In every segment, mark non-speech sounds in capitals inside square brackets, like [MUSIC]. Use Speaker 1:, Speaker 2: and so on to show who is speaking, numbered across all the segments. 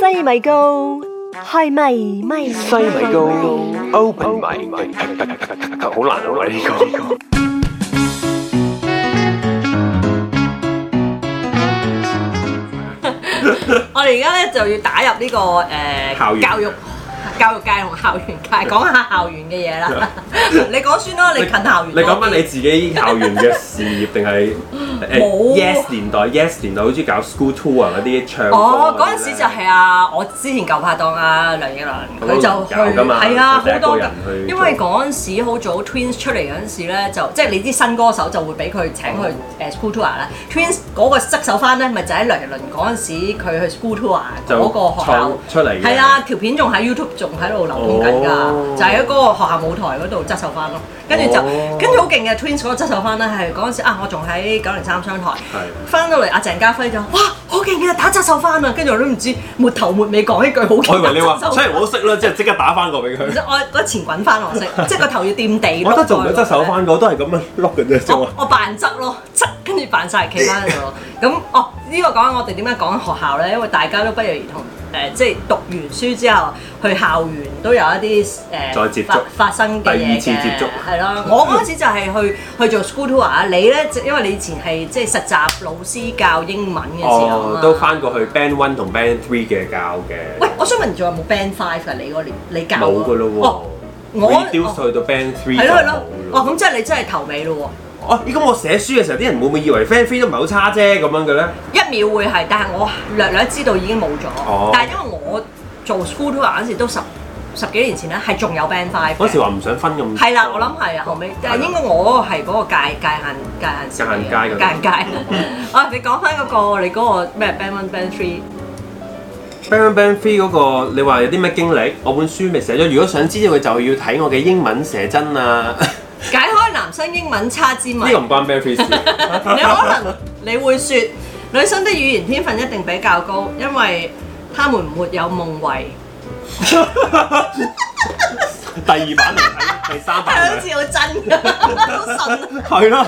Speaker 1: 西米糕開咪咪，
Speaker 2: 西米糕，open 米，好難啊喂呢個。
Speaker 3: [LAUGHS] 我哋而家咧就要打入呢、個誒、
Speaker 4: 校園
Speaker 3: 教育教育界同校園界，講下校園嘅嘢啦。 [LAUGHS] 你講先啦，你近校園
Speaker 4: 啊你
Speaker 3: 多啲。
Speaker 4: 講翻你自己校園嘅事業定
Speaker 3: [LAUGHS]
Speaker 4: 係誒
Speaker 3: 冇
Speaker 4: Yes 年代？Yes 年代好似搞 school tour 啊嗰啲唱歌
Speaker 3: 哦，
Speaker 4: 啲
Speaker 3: 嗰陣時就係啊，我之前舊拍檔啊，梁奕倫，佢就去
Speaker 4: 有㗎嘛
Speaker 3: 係啊，好
Speaker 4: 佢第一個
Speaker 3: 多㗎
Speaker 4: 人去。
Speaker 3: 因為嗰陣時好早 Twins 出嚟嗰陣時咧，就即係你啲新歌手就會俾佢請去
Speaker 4: 嗯
Speaker 3: 誒 school tour 啦。Twins 嗰個側手翻咧，咪就喺梁奕倫嗰陣時佢去 school tour 啊
Speaker 4: 就
Speaker 3: 嗰個學校
Speaker 4: 創出嚟嘅
Speaker 3: 係啊，條片仲喺 YouTube 仲喺度流通緊
Speaker 4: 哦
Speaker 3: 㗎，就喺嗰個學校舞台嗰度側手翻咯。跟住就
Speaker 4: 哦
Speaker 3: 跟住好勁嘅 Twins 嗰個側手翻咧，係嗰陣時啊，我仲喺九零三商台。
Speaker 4: 係
Speaker 3: 翻到嚟阿鄭家輝就哇好勁啊，打側手翻啊！跟住我都唔知沒頭沒尾講一句好勁。
Speaker 4: 我以為
Speaker 3: [LAUGHS]
Speaker 4: 你話，
Speaker 3: 打側手
Speaker 4: 雖然我都識啦，即係即刻打翻個俾佢
Speaker 3: 其。實我嗰前滾翻我識，
Speaker 4: [LAUGHS]
Speaker 3: 即係個頭要掂地。
Speaker 4: 我覺得做唔到側手翻個，都係咁樣碌嘅啫，
Speaker 3: 我我扮側咯，側跟住扮晒企翻喺度
Speaker 4: [LAUGHS]
Speaker 3: 咯。咁哦，呢、個講緊我哋點解講學校咧？因為大家都不約而同誒、即係讀完書之後去校園都有一啲誒、
Speaker 4: 再接觸
Speaker 3: 發發生嘅嘢嘅
Speaker 4: 第二次接觸
Speaker 3: 係咯。
Speaker 4: [LAUGHS]
Speaker 3: 我嗰陣時就係去去做 school tour 啊，你咧就因為你以前係即係實習老師教英文嘅時候啊
Speaker 4: 哦
Speaker 3: 嘛，
Speaker 4: 都翻過去 Band One 同 Band Three 嘅教
Speaker 3: 喂
Speaker 4: 嘅，，
Speaker 3: 我想問仲有冇 Band Five 啊？你嗰年你教
Speaker 4: 冇噶
Speaker 3: 哦
Speaker 4: 咯喎。
Speaker 3: 我
Speaker 4: reduce
Speaker 3: 哦
Speaker 4: 去到 Band Three
Speaker 3: 係咯係
Speaker 4: 就冇
Speaker 3: 咯
Speaker 4: 咯，
Speaker 3: 哦咁即係你真係頭尾咯
Speaker 4: 哦，咦咁我寫書嘅時候，啲人會唔會以為 Band Three 都唔係好差啫咁樣嘅咧？
Speaker 3: 喎，一秒會係，但係我略略知道已經冇咗。
Speaker 4: 哦
Speaker 3: 但係因為我做 school tour 嗰陣時都十十幾年前咧，係仲有 Band Five 嘅。
Speaker 4: 嗰時哦話唔想分咁。
Speaker 3: 係啦，我諗係啊，後尾，但係應該我嗰個係嗰個界界限界限線嚟嘅
Speaker 4: 界限
Speaker 3: 界限
Speaker 4: 街嗰度
Speaker 3: 街。
Speaker 4: [LAUGHS]
Speaker 3: 啊，你講翻嗰個你嗰個咩 Band One Band Three，
Speaker 4: Bang Bang Bang Three 嗰、個，你話有啲咩經歷？我本書未寫咗，如果想知道嘅就要睇我嘅英文寫真
Speaker 3: [LAUGHS]
Speaker 4: 啊。呢
Speaker 3: 解開男生英文差之謎。
Speaker 4: 個唔關 Bang Three 事。
Speaker 3: [LAUGHS] 你可能你會說女生的語言天分一定比較高，因為他們沒有夢遺。
Speaker 4: 第二版嚟睇，第三
Speaker 3: 係 [LAUGHS]
Speaker 4: 版
Speaker 3: 好
Speaker 4: 嚟睇
Speaker 3: 似好真㗎，好信啊！
Speaker 4: 係啦，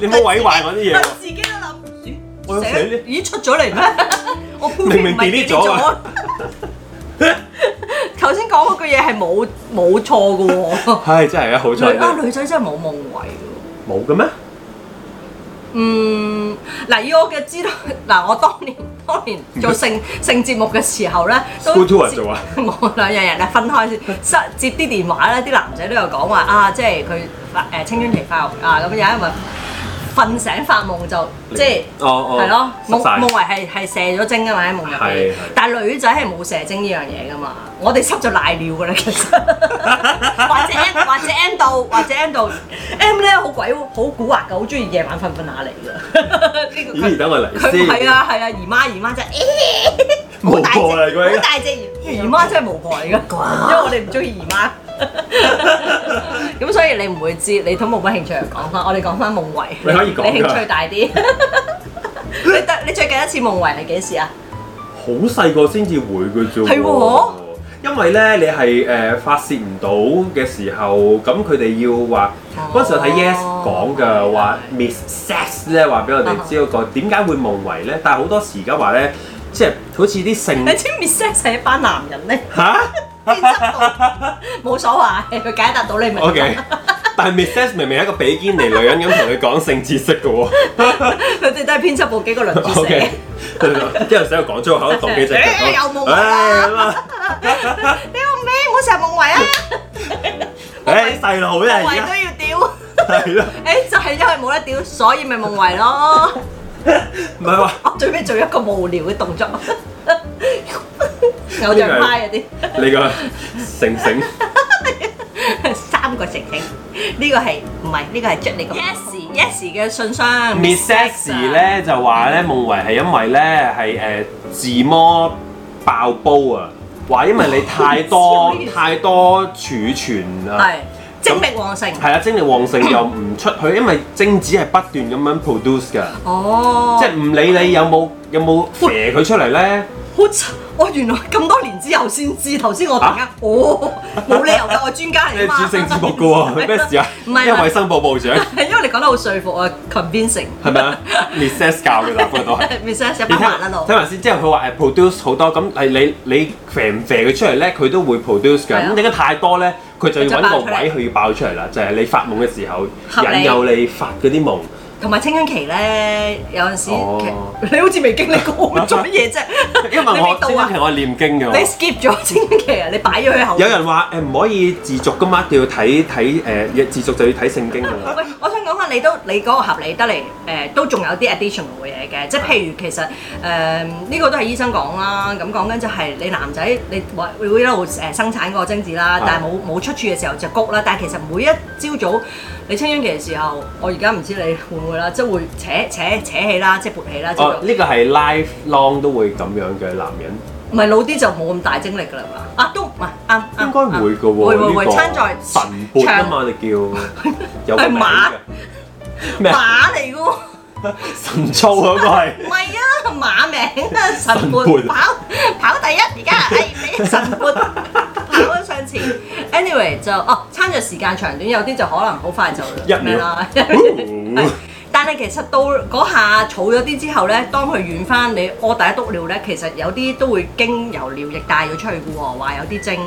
Speaker 4: 你唔好毀壞我啲嘢
Speaker 3: 我
Speaker 4: 喎。
Speaker 3: 自己都
Speaker 4: 我有
Speaker 3: 諗，咦
Speaker 4: 寫呢
Speaker 3: 寫咦出咗嚟咩？我
Speaker 4: 明明 delete
Speaker 3: delete
Speaker 4: 咗啊。
Speaker 3: [LAUGHS] 頭先講嗰句嘢係冇冇錯嘅喎。
Speaker 4: 唉，真係啊，好彩
Speaker 3: 女啊
Speaker 4: 啫，
Speaker 3: 女仔真係冇夢遺㗎喎。
Speaker 4: 冇嘅咩？
Speaker 3: 嗯，嗱，以我嘅知道，嗱，我當年當年做性性節目嘅時候咧，都
Speaker 4: School tour
Speaker 3: 接 [LAUGHS]
Speaker 4: 做啊，
Speaker 3: 冇兩樣人咧分開先，失接啲電話咧，啲男仔都有講話啊，即係佢發誒青春期發育啊，咁有一位瞓醒發夢就即係。
Speaker 4: 哦哦，
Speaker 3: 係咯，
Speaker 4: 濕
Speaker 3: 夢
Speaker 4: 晒
Speaker 3: 夢遺係係射咗精㗎嘛喺夢入
Speaker 4: 係係
Speaker 3: 邊，但係女仔係冇射精呢樣嘢㗎嘛，我哋濕就賴尿㗎啦其
Speaker 4: [LAUGHS]
Speaker 3: 實，或者 M 或者 M 到或者 M 到 M 咧好鬼好蠱惑㗎，好中意夜晚瞓瞓下嚟㗎，
Speaker 4: 咦等我嚟
Speaker 3: 佢
Speaker 4: 先
Speaker 3: 係啊係啊，姨媽姨媽
Speaker 4: [LAUGHS]
Speaker 3: 真係咦
Speaker 4: 無婆嚟
Speaker 3: 好
Speaker 4: 佢
Speaker 3: 大隻姨媽真係無婆嚟㗎，因為我哋唔中意姨媽。咁所以你唔會知，你都冇乜興趣講翻。我哋講翻夢遺，
Speaker 4: 你可以講㗎
Speaker 3: 興趣
Speaker 4: [LAUGHS]
Speaker 3: 大啲。你得你最近一次夢遺係幾時啊？
Speaker 4: 好細個先至會嘅啫
Speaker 3: 係喎
Speaker 4: 喎。因為咧，你係誒、呃、發泄唔到嘅時候，咁佢哋要話
Speaker 3: 哦
Speaker 4: 嗰陣時候睇 Yes 講㗎，話 Miss Sex 咧話俾我哋知嗰個點解會夢遺咧，但係好多時而家話咧，即係好似
Speaker 3: [LAUGHS]
Speaker 4: 啲性
Speaker 3: 你知唔知 sex 係一班男人
Speaker 4: [LAUGHS]
Speaker 3: 咧？
Speaker 4: 吓
Speaker 3: 編輯部冇所謂，佢解答到你明白。
Speaker 4: OK，但係 Miss Sex 明明係一個比堅尼女人咁同佢講性知識
Speaker 3: [LAUGHS]
Speaker 4: 嘅喎。
Speaker 3: 佢哋都係編輯部幾個輪子
Speaker 4: O
Speaker 3: 寫。
Speaker 4: K，一路使我講粗口，講幾隻腳。
Speaker 3: 誒 [LAUGHS] 有夢遺
Speaker 4: 唉 [LAUGHS] 咁啊
Speaker 3: 你個咩？我成日夢遺
Speaker 4: [LAUGHS]
Speaker 3: 啊，
Speaker 4: 誒細路咧
Speaker 3: 夢遺
Speaker 4: 而
Speaker 3: 都要屌。 [LAUGHS]
Speaker 4: 家係咯，
Speaker 3: 誒就係因為冇得屌，所以咪夢遺咯。
Speaker 4: 唔係話
Speaker 3: 我最尾做一個無聊嘅動作，偶像派嗰啲。
Speaker 4: 你個成成。
Speaker 3: 三個晴晴，呢個係唔係？呢個係捽你個 yes yes 嘅信箱
Speaker 4: Miss
Speaker 3: à.
Speaker 4: Sexy，咧就話咧夢遺係因為咧係誒自摸爆煲啊，話因為你太
Speaker 3: [LAUGHS]
Speaker 4: 多
Speaker 3: 唔知我呢件事
Speaker 4: 太多儲存啊
Speaker 3: 係，精力旺盛。
Speaker 4: 係啊，精力旺盛又唔出去，因為精子係不斷咁樣 produce 㗎，
Speaker 3: 哦，
Speaker 4: 即係唔理你有冇有冇射佢出嚟
Speaker 3: [LAUGHS]
Speaker 4: 咧，
Speaker 3: 好慘！我原來咁多年之後先知，頭先我突然間，
Speaker 4: 啊
Speaker 3: 哦，冇理由㗎，我係專家
Speaker 4: 你
Speaker 3: 嚟㗎嘛。
Speaker 4: 主性節目㗎喎，咩事啊？
Speaker 3: [LAUGHS] 唔
Speaker 4: 因
Speaker 3: 係
Speaker 4: 為衞生部部長
Speaker 3: 係因為你講得好說服我，convincing。ờ,
Speaker 4: 係
Speaker 3: [LAUGHS]
Speaker 4: 咪啊 r e s e s s 教嘅答案都係。
Speaker 3: Research 一
Speaker 4: 你
Speaker 3: 百
Speaker 4: 聽
Speaker 3: 萬啦度
Speaker 4: 聽。埋先，即係佢話誒 produce 好多，咁係你你肥唔肥佢出嚟咧，佢都會 produce
Speaker 3: 係
Speaker 4: 㗎。
Speaker 3: 啊
Speaker 4: 咁點解太多咧？佢就要
Speaker 3: 佢就
Speaker 4: 揾
Speaker 3: 爆
Speaker 4: 個
Speaker 3: 出嚟
Speaker 4: 位佢要爆出嚟啦，就係你發夢嘅時候
Speaker 3: 合理
Speaker 4: 引誘你發嗰啲夢。
Speaker 3: 同埋青春期咧，有陣時其實
Speaker 4: 哦
Speaker 3: 你 [LAUGHS] 好似未經歷過
Speaker 4: [LAUGHS]
Speaker 3: 好多嘢啫，
Speaker 4: 因為
Speaker 3: 你
Speaker 4: 我
Speaker 3: 未
Speaker 4: 青
Speaker 3: 到
Speaker 4: 春
Speaker 3: 啊
Speaker 4: 期！我係念經嘅
Speaker 3: 你
Speaker 4: 喎。
Speaker 3: skip 咗青春期啊！你擺咗佢後面。
Speaker 4: 有人話誒唔可以自足噶嘛，一定要睇睇誒，自足就要睇聖
Speaker 3: [LAUGHS]
Speaker 4: 經㗎啦。
Speaker 3: 喂，我想講下你都你嗰個合理得嚟，誒、都仲有啲 additional 嘅嘢嘅，即係譬如其實誒呢、個都係醫生講啦，咁講緊就係你男仔你會會一路誒生產嗰個精子啦
Speaker 4: 係，
Speaker 3: 但係冇冇出處嘅時候就谷啦，但係其實每一朝早你青春期嘅時候，我而家唔知你會唔會啦，即係會扯扯扯氣啦，即係勃起啦，朝
Speaker 4: 哦
Speaker 3: 早，
Speaker 4: 呢個係 life long 都會咁樣嘅男人，
Speaker 3: 唔係老啲就冇咁大精力㗎啦嘛，啊都唔係啱啱，
Speaker 4: 應該會嘅
Speaker 3: 啱會會
Speaker 4: 喎。
Speaker 3: 會
Speaker 4: 呢
Speaker 3: 撐在
Speaker 4: 個神撥啊嘛，你叫有個名嘅
Speaker 3: 馬
Speaker 4: 咩啊
Speaker 3: 馬嚟㗎喎。
Speaker 4: 神操嗰個係。
Speaker 3: 唔係啊，馬名啊，神
Speaker 4: 神
Speaker 3: 撥
Speaker 4: 撥
Speaker 3: 跑跑第一，而家
Speaker 4: [LAUGHS]
Speaker 3: 係俾神撥跑咗上前。Anyway 就哦，餐著時間長短，有啲就可能好快就
Speaker 4: 一秒
Speaker 3: 咩啦。但 [LAUGHS] 係其實到嗰下儲咗啲之後咧，當佢軟翻你屙第一篤尿咧，其實有啲都會經由尿液帶咗出去嘅喎，話有啲精。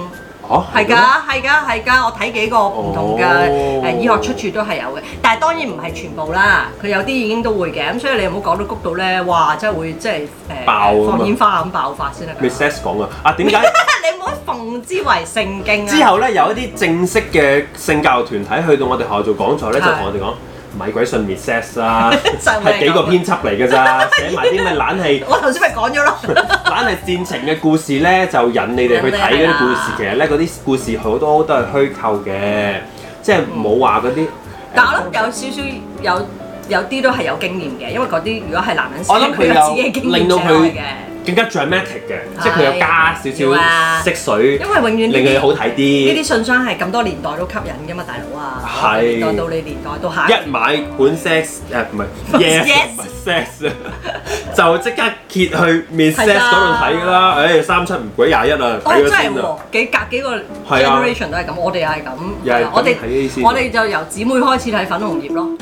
Speaker 4: 哦，
Speaker 3: 係㗎，係㗎，係㗎，我睇幾個唔同嘅
Speaker 4: 哦
Speaker 3: 誒醫學出處都係有嘅，但係當然唔係全部啦，佢有啲已經都會嘅，咁所以你唔好講到谷到咧，哇！真係會即係誒
Speaker 4: 爆啊嘛
Speaker 3: 放煙花咁爆發先得㗎。 [LAUGHS]
Speaker 4: Miss S 講啊，啊點解
Speaker 3: 你唔好奉之為聖經啊！
Speaker 4: 之後咧有一啲正式嘅性教育團體去到我哋學校做講座咧，就同我哋講。咪鬼信 Miss S
Speaker 3: [LAUGHS]
Speaker 4: 啦，
Speaker 3: 就係咁啊
Speaker 4: 係幾個編輯嚟㗎
Speaker 3: [LAUGHS]
Speaker 4: 咋，寫埋啲咩懶係
Speaker 3: 我頭先咪講咗咯， [LAUGHS]
Speaker 4: 懶係煽情嘅故事咧，就引你哋去睇嗰啲故事。其實咧，嗰啲故事好多都係虛構嘅，即係冇話嗰啲。
Speaker 3: 但我諗有少少有有啲都係有經驗嘅，因為嗰啲如果係男人先，
Speaker 4: 我諗佢
Speaker 3: 有自己
Speaker 4: 有
Speaker 3: 嘅經
Speaker 4: 令
Speaker 3: 驗
Speaker 4: 到
Speaker 3: 寫落去
Speaker 4: 佢
Speaker 3: 嘅。
Speaker 4: 更加 dramatic 嘅，即係佢有加少
Speaker 3: 要啊
Speaker 4: 少色水，
Speaker 3: 因為永遠呢啲
Speaker 4: 令佢好睇啲。
Speaker 3: 呢啲信箱係咁多年代都吸引㗎嘛，大佬啊！
Speaker 4: 係
Speaker 3: 年代到你年代到下一代
Speaker 4: 一買本 sex 誒
Speaker 3: [LAUGHS]
Speaker 4: 唔係
Speaker 3: Yes
Speaker 4: yes 唔係 sex [LAUGHS] 就即刻揭去 Miss
Speaker 3: 係㗎
Speaker 4: Sex 嗰度睇啦，誒三七唔鬼廿一啊，
Speaker 3: 啊哦，
Speaker 4: 睇咗
Speaker 3: 真係
Speaker 4: 先
Speaker 3: 喎
Speaker 4: 啊，，
Speaker 3: 幾隔幾個
Speaker 4: 係啊
Speaker 3: generation 都係咁，我哋又係咁，
Speaker 4: 又係咁
Speaker 3: 我哋
Speaker 4: 睇呢啲先啊
Speaker 3: 我哋就由姊妹開始睇粉紅葉咯，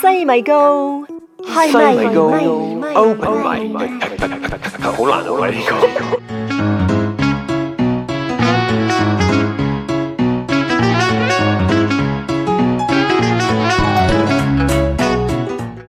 Speaker 1: 西米高，係咪？
Speaker 2: 西米高
Speaker 1: 咪咪咪
Speaker 2: open 咪咪，好難好難呢個。